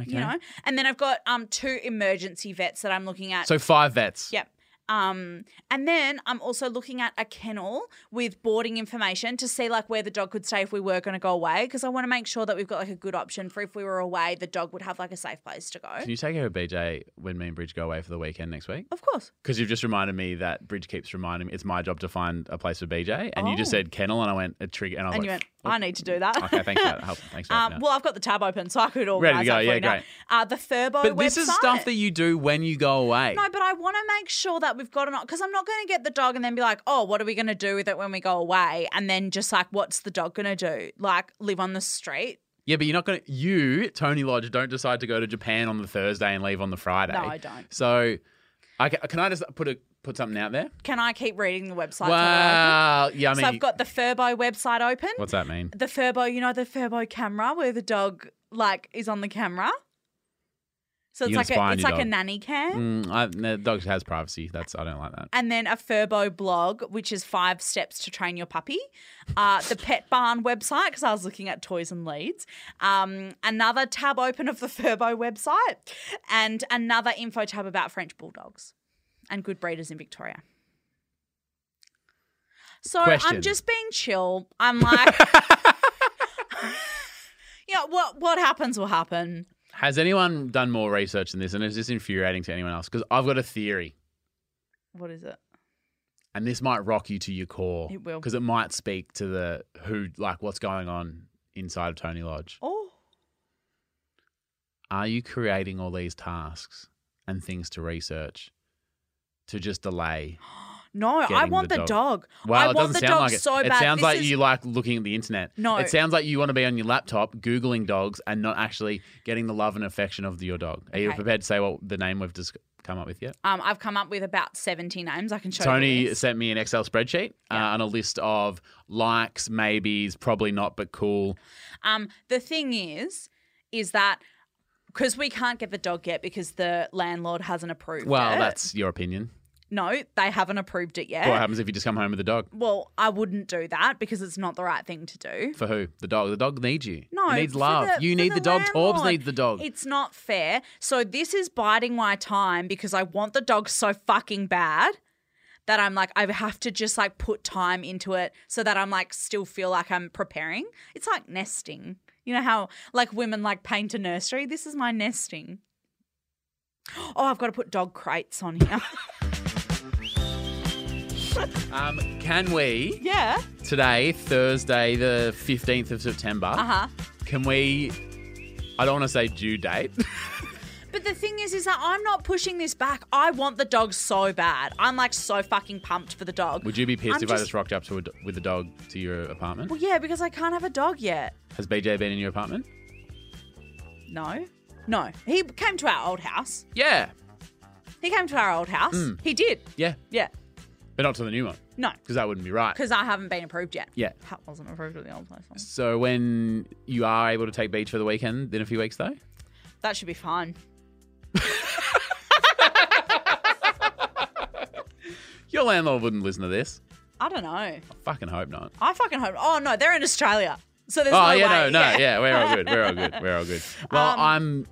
Speaker 1: Okay.
Speaker 2: you know and then i've got um two emergency vets that i'm looking at
Speaker 1: So five vets.
Speaker 2: yep um and then i'm also looking at a kennel with boarding information to see like where the dog could stay if we were going to go away because i want to make sure that we've got like a good option for if we were away the dog would have like a safe place to go
Speaker 1: Can you take her to BJ when me and Bridge go away for the weekend next week?
Speaker 2: of course
Speaker 1: Because you've just reminded me that Bridge keeps reminding me it's my job to find a place for BJ, and you just
Speaker 2: Oh.
Speaker 1: said kennel, and I went a trigger, and I was
Speaker 2: and you went
Speaker 1: like,
Speaker 2: i need to do that
Speaker 1: "Oh, okay, thanks for that. Help, thanks for
Speaker 2: um,
Speaker 1: helping out."
Speaker 2: well i've got the tab open so i could organize
Speaker 1: go,
Speaker 2: that for
Speaker 1: yeah,
Speaker 2: you now.
Speaker 1: great.
Speaker 2: uh the furbo
Speaker 1: But this is
Speaker 2: website.
Speaker 1: stuff that you do when you go away.
Speaker 2: No, but I want to make sure that we've got an because I'm not going to get the dog and then be like, oh, what are we going to do with it when we go away? And then just like, what's the dog going to do? Like, live on the street?
Speaker 1: yeah, but you're not gonna. You, Tony Lodge, don't decide to go to Japan on the Thursday and leave on the Friday.
Speaker 2: No, I don't.
Speaker 1: So, I ca- can I just put a put something out there?
Speaker 2: Can I keep reading the website?
Speaker 1: wow. Yeah, I mean,
Speaker 2: so I've got the Furbo website open.
Speaker 1: what's that mean?
Speaker 2: The Furbo, you know, the Furbo camera where the dog like is on the camera. So it's
Speaker 1: You can
Speaker 2: like
Speaker 1: spy
Speaker 2: a,
Speaker 1: on
Speaker 2: it's
Speaker 1: your
Speaker 2: like a
Speaker 1: dog.
Speaker 2: nanny cam.
Speaker 1: Mm, I, no, dog has privacy. That's I don't like that.
Speaker 2: and then a Furbo blog, which is five steps to train your puppy. Uh, the Pet Barn website, because I was looking at toys and leads. Um, another tab open of the Furbo website, and another info tab about French bulldogs. and good breeders in Victoria. So
Speaker 1: Question.
Speaker 2: I'm just being chill. I'm like, you know, what what happens will happen.
Speaker 1: Has anyone done more research than this? And is this infuriating to anyone else? Because I've got a theory,
Speaker 2: What is it?
Speaker 1: and this might rock you to your core.
Speaker 2: It will.
Speaker 1: Because it might speak to the who, like what's going on inside of Tony Lodge.
Speaker 2: Oh,
Speaker 1: Are you creating all these tasks and things to research to just delay?
Speaker 2: no, I
Speaker 1: Getting
Speaker 2: want
Speaker 1: the
Speaker 2: the, dog.
Speaker 1: Well,
Speaker 2: I
Speaker 1: it
Speaker 2: want
Speaker 1: doesn't
Speaker 2: the
Speaker 1: sound
Speaker 2: dog
Speaker 1: like it.
Speaker 2: so
Speaker 1: it
Speaker 2: bad.
Speaker 1: sounds
Speaker 2: This
Speaker 1: like
Speaker 2: is-
Speaker 1: you like looking at the internet.
Speaker 2: No.
Speaker 1: It sounds like you want to be on your laptop googling dogs and not actually getting the love and affection of your dog. Are you
Speaker 2: Okay.
Speaker 1: prepared to say what the name we've just come up with yet?
Speaker 2: Um, I've come up with about 70 names I can show you.
Speaker 1: Tony
Speaker 2: this.
Speaker 1: sent me an Excel spreadsheet uh,
Speaker 2: Yeah.
Speaker 1: and a list of likes, maybes, probably not, but cool.
Speaker 2: Um, the thing is, is that because we can't get the dog yet because the landlord hasn't approved
Speaker 1: Well,
Speaker 2: it.
Speaker 1: that's your opinion.
Speaker 2: No, they haven't approved it yet.
Speaker 1: What happens if you just come home with a dog?
Speaker 2: Well, I wouldn't do that because it's not the right thing to do.
Speaker 1: For who? The dog. The dog needs you.
Speaker 2: No,
Speaker 1: it needs
Speaker 2: for
Speaker 1: love.
Speaker 2: the-
Speaker 1: you
Speaker 2: for
Speaker 1: need
Speaker 2: the
Speaker 1: the, dog. Torbs
Speaker 2: landlord.
Speaker 1: needs the dog.
Speaker 2: It's not fair. So this is biding my time because I want the dog so fucking bad that I'm like I have to just like put time into it so that I'm like still feel like I'm preparing. It's like nesting. You know how like women like paint a nursery? This is my nesting. Oh, I've got to put dog crates on here.
Speaker 1: Um, can we
Speaker 2: yeah.
Speaker 1: today, Thursday, the fifteenth of September?
Speaker 2: Uh-huh.
Speaker 1: Can we? I don't want to say due date.
Speaker 2: But the thing is, is that I'm not pushing this back. I want the dog so bad. I'm like so fucking pumped for the dog.
Speaker 1: Would you be pissed
Speaker 2: I'm
Speaker 1: if I
Speaker 2: just-
Speaker 1: just rocked up to a, do- with a dog to your apartment?
Speaker 2: Well, yeah, because I can't have a dog yet.
Speaker 1: Has BJ been in your apartment?
Speaker 2: No. No. He came to our old house.
Speaker 1: Yeah,
Speaker 2: He came to our old house. He did.
Speaker 1: yeah,
Speaker 2: Yeah.
Speaker 1: but not to the new one
Speaker 2: No.
Speaker 1: because that wouldn't be right.
Speaker 2: Because I haven't been approved yet.
Speaker 1: Yeah.
Speaker 2: That wasn't approved at the old place. was it?
Speaker 1: So when you are able to take beach for the weekend in a few weeks, though,
Speaker 2: That should be fine.
Speaker 1: your landlord wouldn't listen to this.
Speaker 2: I don't know.
Speaker 1: I fucking hope not.
Speaker 2: I fucking hope. Oh, no. They're in Australia. So there's
Speaker 1: oh
Speaker 2: no
Speaker 1: yeah, no,
Speaker 2: way.
Speaker 1: no, yeah. we're all good. We're all good. We're all good. Well,
Speaker 2: Um,
Speaker 1: I'm.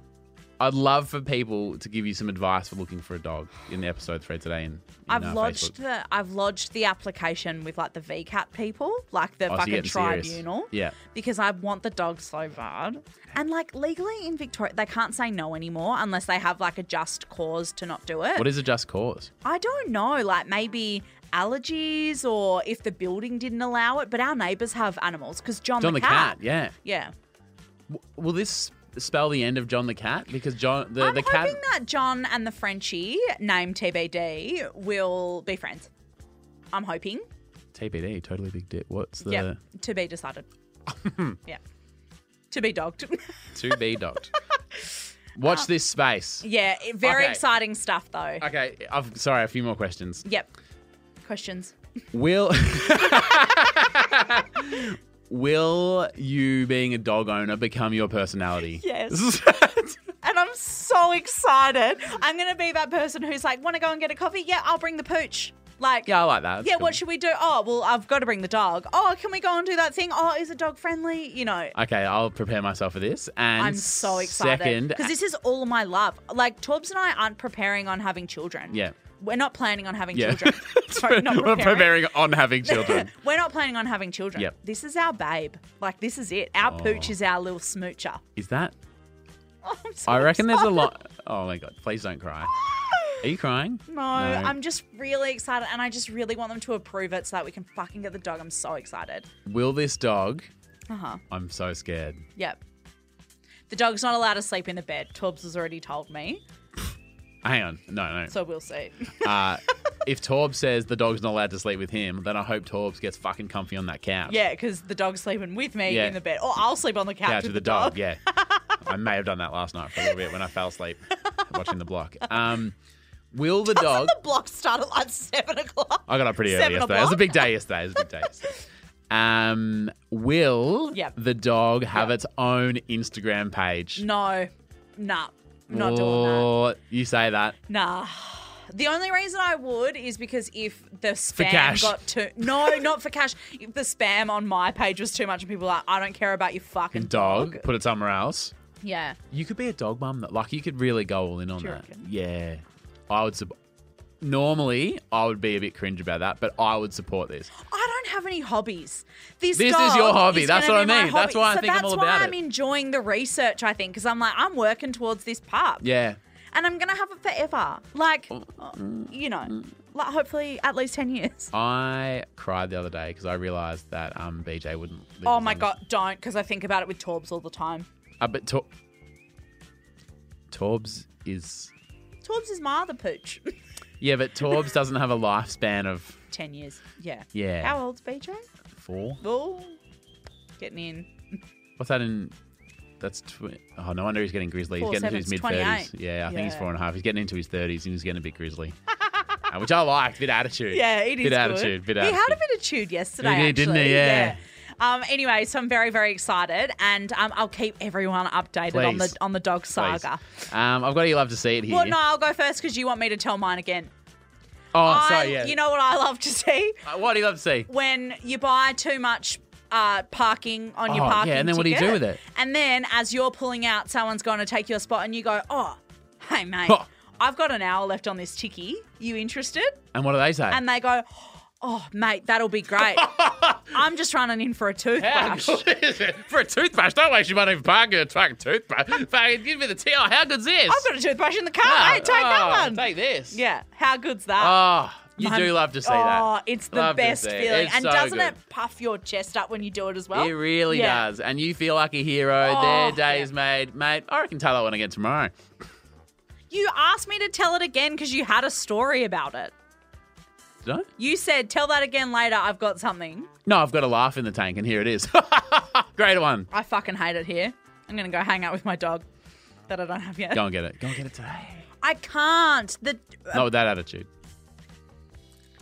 Speaker 1: I'd love for people to give you some advice for looking for a dog in the episode thread today. And
Speaker 2: I've lodged the I've lodged the application with like the VCAT people, like the fucking tribunal.
Speaker 1: Yeah.
Speaker 2: because I want the dog so bad. And like legally in Victoria, they can't say no anymore unless they have like a just cause to not do it.
Speaker 1: What is a just cause?
Speaker 2: I don't know, like maybe allergies or if the building didn't allow it, but our neighbours have animals because John,
Speaker 1: John the, cat. Yeah.
Speaker 2: Yeah.
Speaker 1: W- Will this spell the end of John the cat? Because John the
Speaker 2: I'm
Speaker 1: the cat.
Speaker 2: hoping that John and the Frenchie, named TBD, will be friends. I'm hoping.
Speaker 1: TPD, eh? totally big dick. What's the
Speaker 2: Yeah. To be decided. yeah. To be dogged.
Speaker 1: to be docked? Watch this space.
Speaker 2: yeah. Very
Speaker 1: Okay.
Speaker 2: exciting stuff though.
Speaker 1: Okay, I've sorry, a few more questions.
Speaker 2: Yep. Questions.
Speaker 1: Will Will you being a dog owner become your personality?
Speaker 2: Yes. and I'm so excited. I'm going to be that person who's like, want to go and get a coffee? Yeah, I'll bring the pooch. Like,
Speaker 1: yeah, I like that. That's
Speaker 2: yeah,
Speaker 1: cool.
Speaker 2: what should we do? Oh, well, I've got to bring the dog. Oh, can we go and do that thing? Oh, is it dog friendly? You know,
Speaker 1: Okay, I'll prepare myself for this. And
Speaker 2: I'm so excited.
Speaker 1: Second,
Speaker 2: Because this is all my love. Like, Torbs and I aren't preparing on having children.
Speaker 1: Yeah.
Speaker 2: We're not planning on having
Speaker 1: yeah,
Speaker 2: children. Sorry, not
Speaker 1: We're
Speaker 2: preparing.
Speaker 1: preparing on having children.
Speaker 2: We're not planning on having children.
Speaker 1: Yep.
Speaker 2: This is our babe. Like, this is it. Our pooch
Speaker 1: Oh.
Speaker 2: is our little smoocher.
Speaker 1: Is that?
Speaker 2: Oh, I'm so
Speaker 1: I reckon there's a
Speaker 2: excited.
Speaker 1: lot. Oh my god! Please don't cry. Are you crying?
Speaker 2: No, I'm just really excited and I just really want them to approve it so that we can fucking get the dog. I'm so excited.
Speaker 1: Will this dog?
Speaker 2: Uh huh.
Speaker 1: I'm so scared.
Speaker 2: Yep. The dog's not allowed to sleep in the bed. Torbs has already told me,
Speaker 1: Hang on. No,
Speaker 2: so we'll see.
Speaker 1: no. Uh, if Torb says the dog's not allowed to sleep with him, then I hope Torbs gets fucking comfy on that couch.
Speaker 2: yeah, because the dog's sleeping with me
Speaker 1: Yeah.
Speaker 2: in the bed, or I'll sleep on the couch,
Speaker 1: couch
Speaker 2: with
Speaker 1: with the dog. Yeah, I may have done that last night for a little bit when I fell asleep watching the block. Um, will the dog?
Speaker 2: The block started at like seven o'clock.
Speaker 1: I got up pretty early
Speaker 2: Seven
Speaker 1: yesterday. It was a
Speaker 2: o'clock?
Speaker 1: big day yesterday. It was a big day. Yesterday. Um, will
Speaker 2: Yep.
Speaker 1: the dog have its own Instagram page?
Speaker 2: No, nah, not doing that.
Speaker 1: oh, You say that.
Speaker 2: Nah. The only reason I would is because if the spam
Speaker 1: cash.
Speaker 2: got too no, not for cash. If the spam on my page was too much, and people were like, I don't care about your fucking
Speaker 1: Dog,
Speaker 2: dog.
Speaker 1: put it somewhere else.
Speaker 2: Yeah,
Speaker 1: You could be a dog mum. That, like you could really go all in on
Speaker 2: Do you
Speaker 1: that.
Speaker 2: reckon?
Speaker 1: Yeah, I would. Sub- normally I would be a bit cringe about that, but I would support this.
Speaker 2: I don't have any hobbies. This,
Speaker 1: This is
Speaker 2: dog
Speaker 1: your hobby.
Speaker 2: is
Speaker 1: That's
Speaker 2: gonna
Speaker 1: what
Speaker 2: be
Speaker 1: I
Speaker 2: my
Speaker 1: mean. That's
Speaker 2: hobby.
Speaker 1: why I
Speaker 2: so
Speaker 1: think I'm
Speaker 2: that's
Speaker 1: all
Speaker 2: why
Speaker 1: about
Speaker 2: I'm
Speaker 1: it.
Speaker 2: enjoying the research. I think because I'm like I'm working towards this pub,
Speaker 1: Yeah. Oh,
Speaker 2: and I'm gonna have it forever. Like, uh, you know, like hopefully at least ten
Speaker 1: mm,
Speaker 2: years.
Speaker 1: I cried the other day because I realised that um, BJ wouldn't. leave
Speaker 2: Oh
Speaker 1: us
Speaker 2: my
Speaker 1: on this-
Speaker 2: god, don't because I think about it with Torbs all the time.
Speaker 1: Uh, but Tor- Torbs is.
Speaker 2: Torbs is my other pooch.
Speaker 1: Yeah, but Torbs doesn't have a lifespan of
Speaker 2: ten years. Yeah.
Speaker 1: Yeah.
Speaker 2: How old's BJ?
Speaker 1: four.
Speaker 2: Oh, getting in.
Speaker 1: What's that in? That's tw- oh no wonder he's getting grizzly. He's
Speaker 2: Four
Speaker 1: getting into his
Speaker 2: seven, it's
Speaker 1: mid thirties.
Speaker 2: 28.
Speaker 1: Yeah, I think he's
Speaker 2: Yeah.
Speaker 1: four and a half. He's getting into his thirties and he's getting a bit grizzly, Uh, which I like. Bit of attitude.
Speaker 2: Yeah, it is.
Speaker 1: Bit
Speaker 2: good.
Speaker 1: attitude. Bit attitude.
Speaker 2: He had a bit of chewed yesterday.
Speaker 1: He did,
Speaker 2: actually.
Speaker 1: didn't he? Yeah.
Speaker 2: Um, anyway, so I'm very, very excited, and um, I'll keep everyone updated on
Speaker 1: Please.
Speaker 2: the on the dog
Speaker 1: Please.
Speaker 2: saga.
Speaker 1: Um, I've got. You love to see it here.
Speaker 2: Well, no, I'll go first because you want me to tell mine again.
Speaker 1: oh,
Speaker 2: I,
Speaker 1: sorry. Yeah.
Speaker 2: You know what I love to see
Speaker 1: Uh, what do you love to see?
Speaker 2: when you buy too much. Uh, parking on your
Speaker 1: Oh, yeah,
Speaker 2: parking.
Speaker 1: and then what do you
Speaker 2: ticket,
Speaker 1: do with it?
Speaker 2: And then, as you're pulling out, someone's going to take your spot, and you go, "Oh, hey mate,
Speaker 1: Huh.
Speaker 2: I've got an hour left on this ticky. You interested?"
Speaker 1: And what do they say?
Speaker 2: and they go, "Oh, mate, that'll be great." I'm just running in for a
Speaker 1: How
Speaker 2: toothbrush.
Speaker 1: good is it? For a toothbrush, don't waste your money for buying a fucking toothbrush. Fucking give me the towel. How good's this?
Speaker 2: I've got a toothbrush in the car.
Speaker 1: Ah,
Speaker 2: hey, take
Speaker 1: oh,
Speaker 2: that one.
Speaker 1: Take this.
Speaker 2: yeah, how good's that?
Speaker 1: Oh, you
Speaker 2: My-
Speaker 1: do love to see
Speaker 2: oh,
Speaker 1: that.
Speaker 2: it's the
Speaker 1: Love to
Speaker 2: best
Speaker 1: see it.
Speaker 2: feeling,
Speaker 1: It's
Speaker 2: and
Speaker 1: so
Speaker 2: doesn't
Speaker 1: good.
Speaker 2: it puff your chest up when you do it as well?
Speaker 1: It really
Speaker 2: Oh, Yeah.
Speaker 1: does. And you feel like a hero.
Speaker 2: Oh,
Speaker 1: Their day
Speaker 2: yeah.
Speaker 1: is made. Mate, I reckon tell that one again tomorrow.
Speaker 2: You asked me to tell it again because you had a story about it.
Speaker 1: Did I?
Speaker 2: You said, "Tell that again later. I've got something."
Speaker 1: No, I've got a laugh in the tank, and here it is. Great one.
Speaker 2: I fucking hate it here. I'm gonna go hang out with my dog that I don't have yet.
Speaker 1: Go and get it. Go and get it today.
Speaker 2: I can't. The
Speaker 1: Not with that attitude.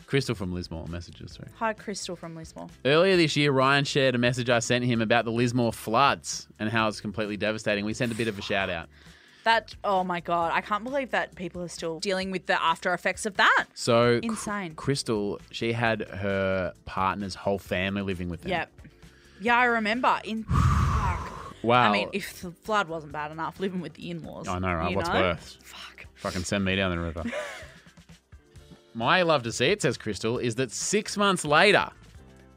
Speaker 1: Crystal from Lismore messages through.
Speaker 2: hi, Crystal from Lismore.
Speaker 1: Earlier this year, Ryan shared a message I sent him about the Lismore floods and how it's completely devastating. We sent a bit of a shout out.
Speaker 2: That oh my god, I can't believe that people are still dealing with the after effects of that.
Speaker 1: So, Cr-
Speaker 2: Insane.
Speaker 1: Crystal, she had her partner's whole family living with them.
Speaker 2: Yep. Yeah, I remember. In fuck.
Speaker 1: Wow.
Speaker 2: I mean, if the flood wasn't bad enough, living with the in-laws.
Speaker 1: I know, right?
Speaker 2: you
Speaker 1: What's
Speaker 2: know?
Speaker 1: worse?
Speaker 2: Fuck.
Speaker 1: Fucking send me down the river. My love to see it, says Crystal, is that six months later,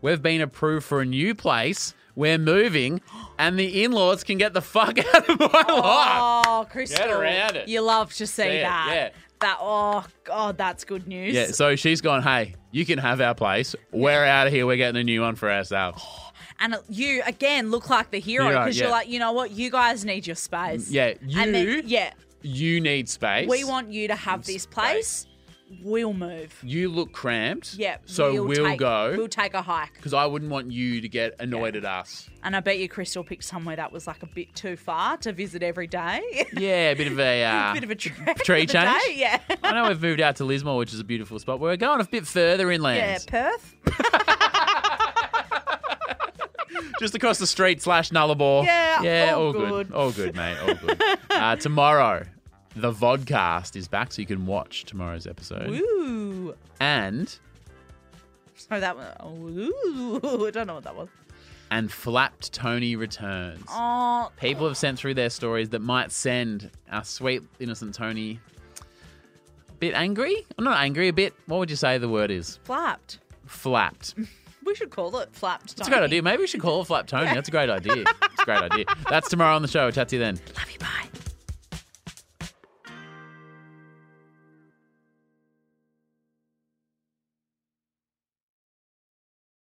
Speaker 1: we've been approved for a new place. We're moving, and the in laws can get the fuck out of my life.
Speaker 2: Oh, Crystal.
Speaker 1: around it.
Speaker 2: You love to see
Speaker 1: Yeah,
Speaker 2: that.
Speaker 1: yeah.
Speaker 2: That oh god, that's good news.
Speaker 1: Yeah, so she's gone, hey, you can have our place. We're out of here. We're getting a new one for ourselves.
Speaker 2: Oh. And you again look like the hero
Speaker 1: Hero,
Speaker 2: because
Speaker 1: yeah.
Speaker 2: you're like, you know what, you guys need your space.
Speaker 1: Yeah,
Speaker 2: And then,
Speaker 1: you,
Speaker 2: yeah,
Speaker 1: you need space.
Speaker 2: we want you to have this place.
Speaker 1: Space.
Speaker 2: We'll move.
Speaker 1: You look cramped.
Speaker 2: Yeah.
Speaker 1: So we'll,
Speaker 2: take-
Speaker 1: go.
Speaker 2: We'll take a hike.
Speaker 1: Because I wouldn't want you to get annoyed at us.
Speaker 2: And I bet you Crystal picked somewhere that was like a bit too far to visit every day.
Speaker 1: Yeah, a bit of a. Uh,
Speaker 2: bit of a trek
Speaker 1: Tree
Speaker 2: for the
Speaker 1: change?
Speaker 2: day, Yeah.
Speaker 1: I know we've moved out to Lismore, which is a beautiful spot. But we're going a bit further
Speaker 2: Yeah,
Speaker 1: inland,
Speaker 2: Perth.
Speaker 1: just across the street slash Nullarbor.
Speaker 2: Yeah,
Speaker 1: yeah, all,
Speaker 2: all
Speaker 1: good.
Speaker 2: good.
Speaker 1: all good, mate, all good. uh, tomorrow, the vodcast is back, so you can watch tomorrow's episode.
Speaker 2: Ooh.
Speaker 1: And
Speaker 2: So that was. Ooh. I don't know what that was.
Speaker 1: and Flapped Tony returns.
Speaker 2: Oh.
Speaker 1: People have sent through their stories that might send our sweet innocent Tony a bit angry. I'm not angry, a bit. What would you say the word is?
Speaker 2: Flapped.
Speaker 1: Flapped.
Speaker 2: We should call it flapped.
Speaker 1: That's a great idea. Maybe we should call it Flap Tony. That's a great idea. It's a great idea. That's tomorrow on the show. Chat to you then.
Speaker 2: Love you. Bye.